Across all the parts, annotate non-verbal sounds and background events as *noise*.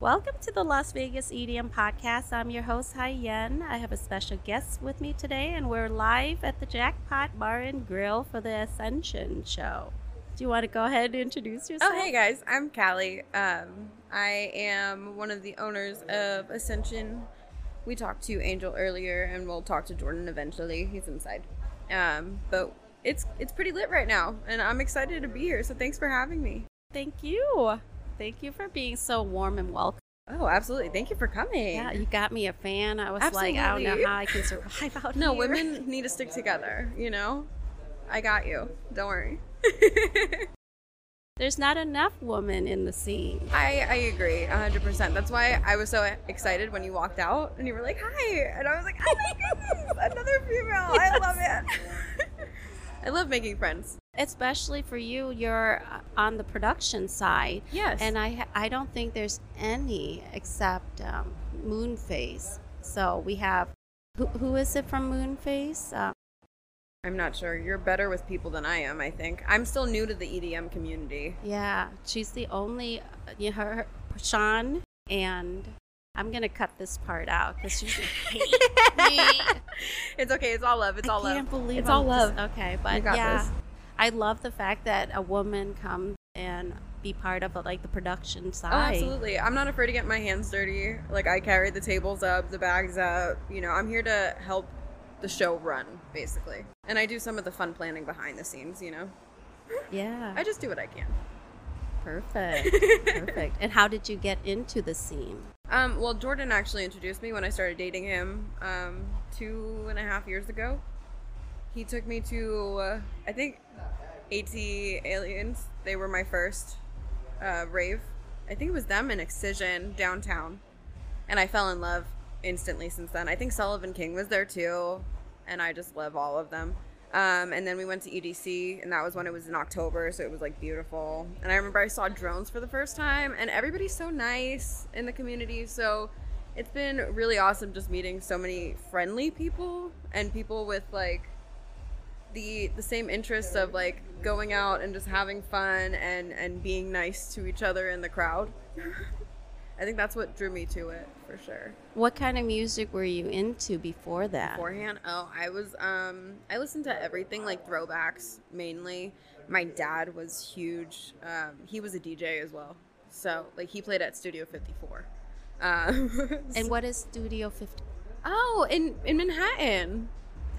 Welcome to the Las Vegas EDM podcast. I'm your host, Hai Yen. I have a special guest with me today, and we're live at the Jackpot Bar and Grill for the Ascension Show. Do you want to go ahead and introduce yourself? Oh, hey guys, I'm Callie. Um, I am one of the owners of Ascension. We talked to Angel earlier, and we'll talk to Jordan eventually. He's inside, um, but it's it's pretty lit right now, and I'm excited to be here. So thanks for having me. Thank you. Thank you for being so warm and welcome. Oh, absolutely. Thank you for coming. Yeah, you got me a fan. I was like, I don't know Absolutely. how I can survive out no, here. women need to stick together. You know, I got you. Don't worry. There's not enough women in the scene. I, I agree 100%. That's why I was so excited when you walked out and you were like, hi. And I was like, *laughs* oh my goodness, another female. I love it. *laughs* I love making friends. Especially for you, you're uh, on the production side. Yes. And I, ha- I don't think there's any except um, Moonface. So we have, who, who is it from Moonface? Um, I'm not sure. You're better with people than I am, I think. I'm still new to the EDM community. yeah, she's the only, uh, you know, her, her, Sean, and I'm going to cut this part out because *laughs* she's *laughs* It's okay. It's all love. It's all I love. can't believe It's I'm all just- love. okay, but got yeah, this. I love the fact that a woman comes and be part of like the production Oh, side. absolutely. I'm not afraid to get my hands dirty. Like, I carry the tables up, the bags up. You know, I'm here to help the show run, basically. And I do some of the fun planning behind the scenes, you know? Yeah, I just do what I can. *laughs* perfect, perfect. And how did you get into the scene? Um, well, Jordan actually introduced me when I started dating him um, two and a half years ago. He took me to, uh, I think, 80 Aliens. They were my first uh, rave. I think it was them in Excision downtown. And I fell in love instantly since then. I think Sullivan King was there too. And I just love all of them. Um, and then we went to EDC, and that was when it was in October, so it was like beautiful. And I remember I saw drones for the first time, and everybody's so nice in the community. So it's been really awesome just meeting so many friendly people and people with like the the same interests of like going out and just having fun and and being nice to each other in the crowd. *laughs* I think that's what drew me to it for sure. What kind of music were you into before that? Beforehand, oh, I was um I listened to everything like throwbacks mainly. My dad was huge. Um, he was a DJ as well, so like he played at Studio 54. Um, *laughs* And what is Studio 50? oh, in in Manhattan.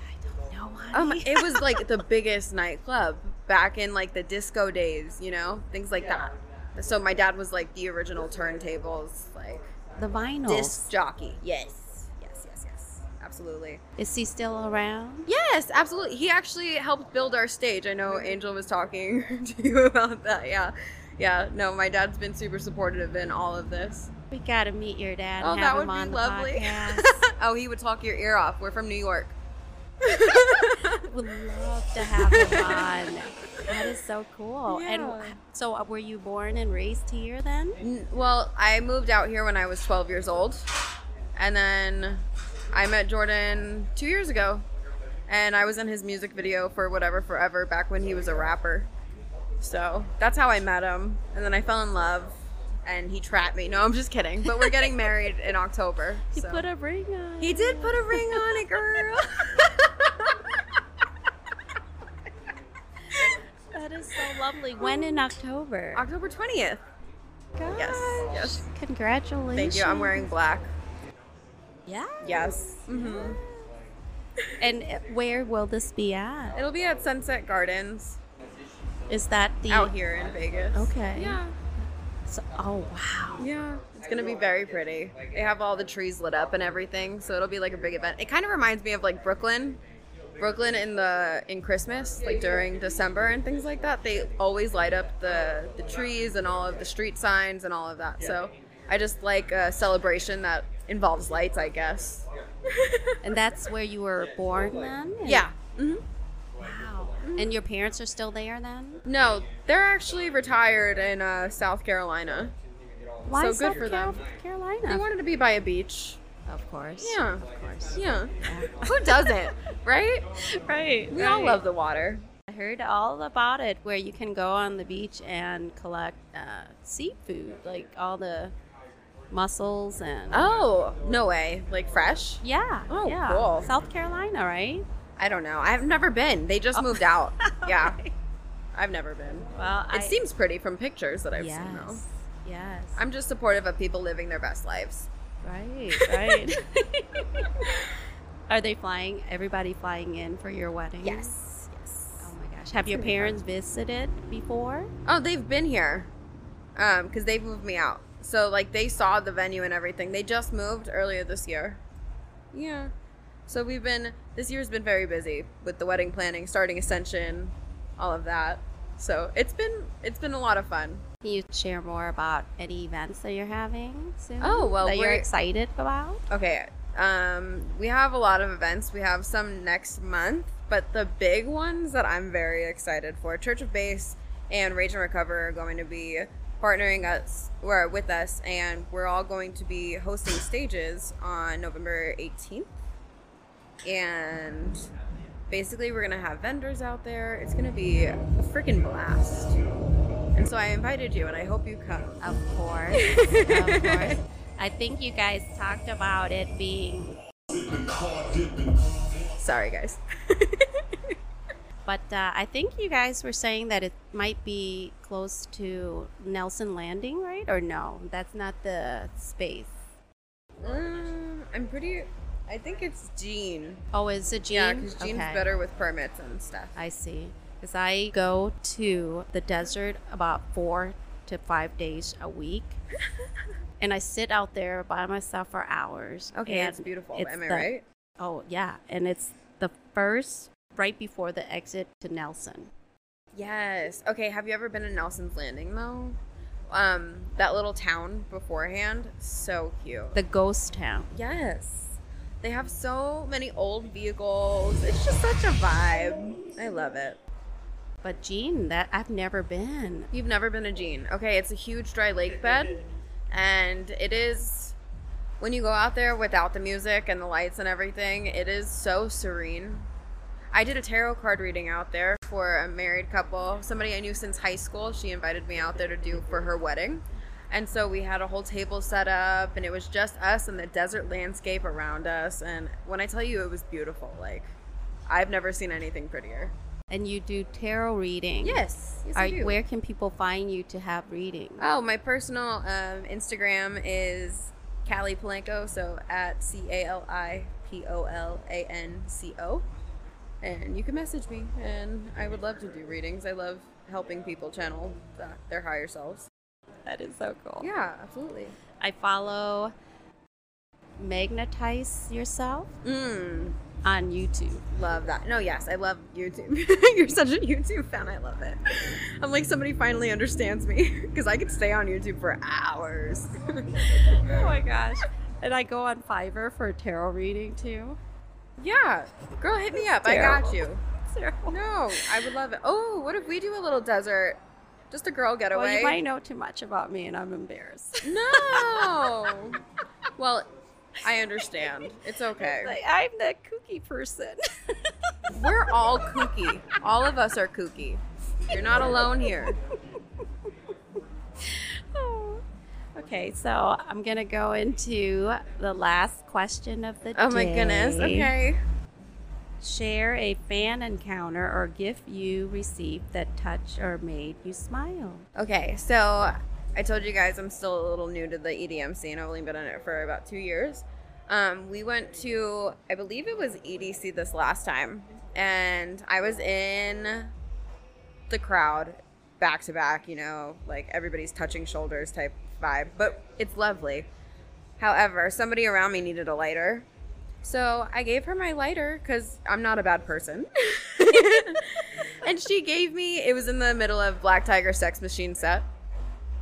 I don't know. Um, Honey. it was like the biggest nightclub back in like the disco days, you know, things like that. So my dad was like the original turntables, like the vinyls. disc jockey. Yes, yes, yes, yes, absolutely. Is he still around? Yes, absolutely. He actually helped build our stage. I know Angel was talking *laughs* to you about that. Yeah, yeah. No, my dad's been super supportive in all of this. We gotta meet your dad. Oh, and that have would him be on the lovely. podcast. *laughs* Oh, he would talk your ear off. We're from New York. would love to have him on. That is so cool. And Yeah. so, uh, were you born and raised here then? N- Well, I moved out here when I was 12 years old. And then I met Jordan two years ago. And I was in his music video for Whatever Forever back when he was a rapper. So that's how I met him. And then I fell in love. And he trapped me. No, I'm just kidding. But *laughs* we're getting married in October. He so- put a ring on. he did put a ring on *laughs* it, girl. That is so lovely. When in October? October 20th. Gosh. Yes. Yes. Congratulations. Thank you. I'm wearing black. Yeah. Yes. Mm-hmm. And uh, where will this be at? It'll be at Sunset Gardens Is that the out here in Vegas. Okay. Yeah. So, oh wow. Yeah, it's gonna be very pretty. They have all the trees lit up and everything, so it'll be like a big event. It kind of reminds me of like Brooklyn, Brooklyn in the in Christmas, like during December and things like that. They always light up the the trees and all of the street signs and all of that. So I just like a celebration that involves lights, I guess. *laughs* And that's where you were born then? And- Yeah. hmm Wow. Mm. And your parents are still there then? No, they're actually retired in uh, South Carolina. Why So is good South for them. Carol- They Carolina? wanted to be by a beach. of course. Yeah. Of course. Yeah. *laughs* Who doesn't, right? Right. We all love the water. I heard all about it, where you can go on the beach and collect uh, seafood, like all the mussels and Oh, no way. Like fresh? yeah, Oh, yeah, cool. South Carolina, right? I don't know. I've never been. They just Oh. moved *laughs* out. Yeah. I've never been. Well, It I, seems pretty from pictures that I've yes, seen though. yes, I'm just supportive of people living their best lives. right, *laughs* right. *laughs* Are they flying? Everybody flying in for your wedding? Yes. Yes. Oh my gosh. Have your gonna be fun. parents visited before? Oh, they've been here. Um, cuz they moved me out. So like they saw the venue and everything. They just moved earlier this year. Yeah. So we've been this year's been very busy with the wedding planning, starting Ascension, all of that. So it's been it's been a lot of fun. Can you share more about any events that you're having soon? Oh, well, that you're we're- excited about. Okay. Um, we have a lot of events. We have some next month, but the big ones that I'm very excited for Church of Base and Rage and Recover are going to be partnering us or with us, and we're all going to be hosting stages on November 18th. And basically, we're going to have vendors out there. It's going to be a freaking blast. And so I invited you, and I hope you come. Of course, *laughs* of course. I think you guys talked about it being, Sorry, guys. *laughs* but uh, I think you guys were saying that it might be close to Nelson Landing, right? Or no, that's not the space. Um, I'm pretty. I think it's Gene. Oh, is it Gene? Yeah, because Gene's Okay. better with permits and stuff. I see. Because I go to the desert about four to five days a week. *laughs* and I sit out there by myself for hours. Okay, and it's beautiful. it's am I the- right? Oh, yeah. And it's the first right before the exit to Nelson. Yes. Okay. Have you ever been in Nelson's Landing though? Um, that little town beforehand, so cute. The ghost town. yes. They have so many old vehicles. It's just such a vibe. I love it. But Gene, that I've never been. You've never been to Gene. Okay, it's a huge dry lake bed, and it is when you go out there without the music and the lights and everything, it is so serene. I did a tarot card reading out there for a married couple, somebody I knew since high school. She invited me out there to do for her wedding. And so we had a whole table set up, and it was just us and the desert landscape around us. And when I tell you it was beautiful, like I've never seen anything prettier. And you do tarot reading. Yes. yes Are, I do. where can people find you to have reading? Oh, my personal um, Instagram is Callie Polanco, so at C A L I P O L A N C O. And you can message me, and I would love to do readings. I love helping people channel the, their higher selves. that is so cool. Yeah, absolutely. I follow Magnetize Yourself Mm, on YouTube. love that. No, yes, I love YouTube. *laughs* You're such a YouTube fan. I love it. I'm like, somebody finally understands me *laughs* because I could stay on YouTube for hours. *laughs* Oh my gosh. And I go on Fiverr for tarot reading too. *laughs* yeah, girl, hit me up. I got Terrible. you. No, I would love it. Oh, what if we do a little desert? Just a girl Well, getaway. you might know too much about me and I'm embarrassed. *laughs* No. well, I understand. It's okay. Like, I'm the kooky person. *laughs* We're all kooky. All of us are kooky. You're not alone here. Oh. Okay, so I'm going to go into the last question of the day. Oh my goodness. Okay. Share a fan encounter or gift you received that touched or made you smile. Okay, so I told you guys I'm still a little new to the E EDM scene. I've only been in it for about two years. Um, we went to, I believe it was EDC this last time, and I was in the crowd back to back, you know, like everybody's touching shoulders type vibe, but it's lovely. However, somebody around me needed a lighter. So I gave her my lighter because I'm not a bad person. *laughs* and she gave me, it was in the middle of Black Tiger Sex Machine set.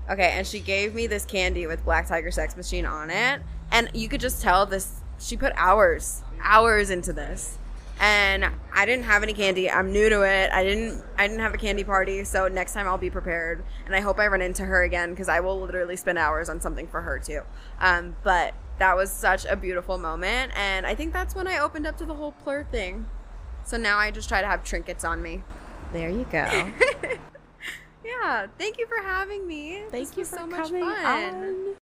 Okay, and she gave me this candy with Black Tiger Sex Machine on it. And you could just tell this, she put hours, hours into this. And I didn't have any candy. I'm new to it. I didn't I didn't have a candy party, so next time I'll be prepared. And I hope I run into her again because I will literally spend hours on something for her too. Um, but that was such a beautiful moment, and I think that's when I opened up to the whole plur thing. So now I just try to have trinkets on me. There you *laughs* go. Yeah, thank you for having me. Thank This you was for so much coming fun. on.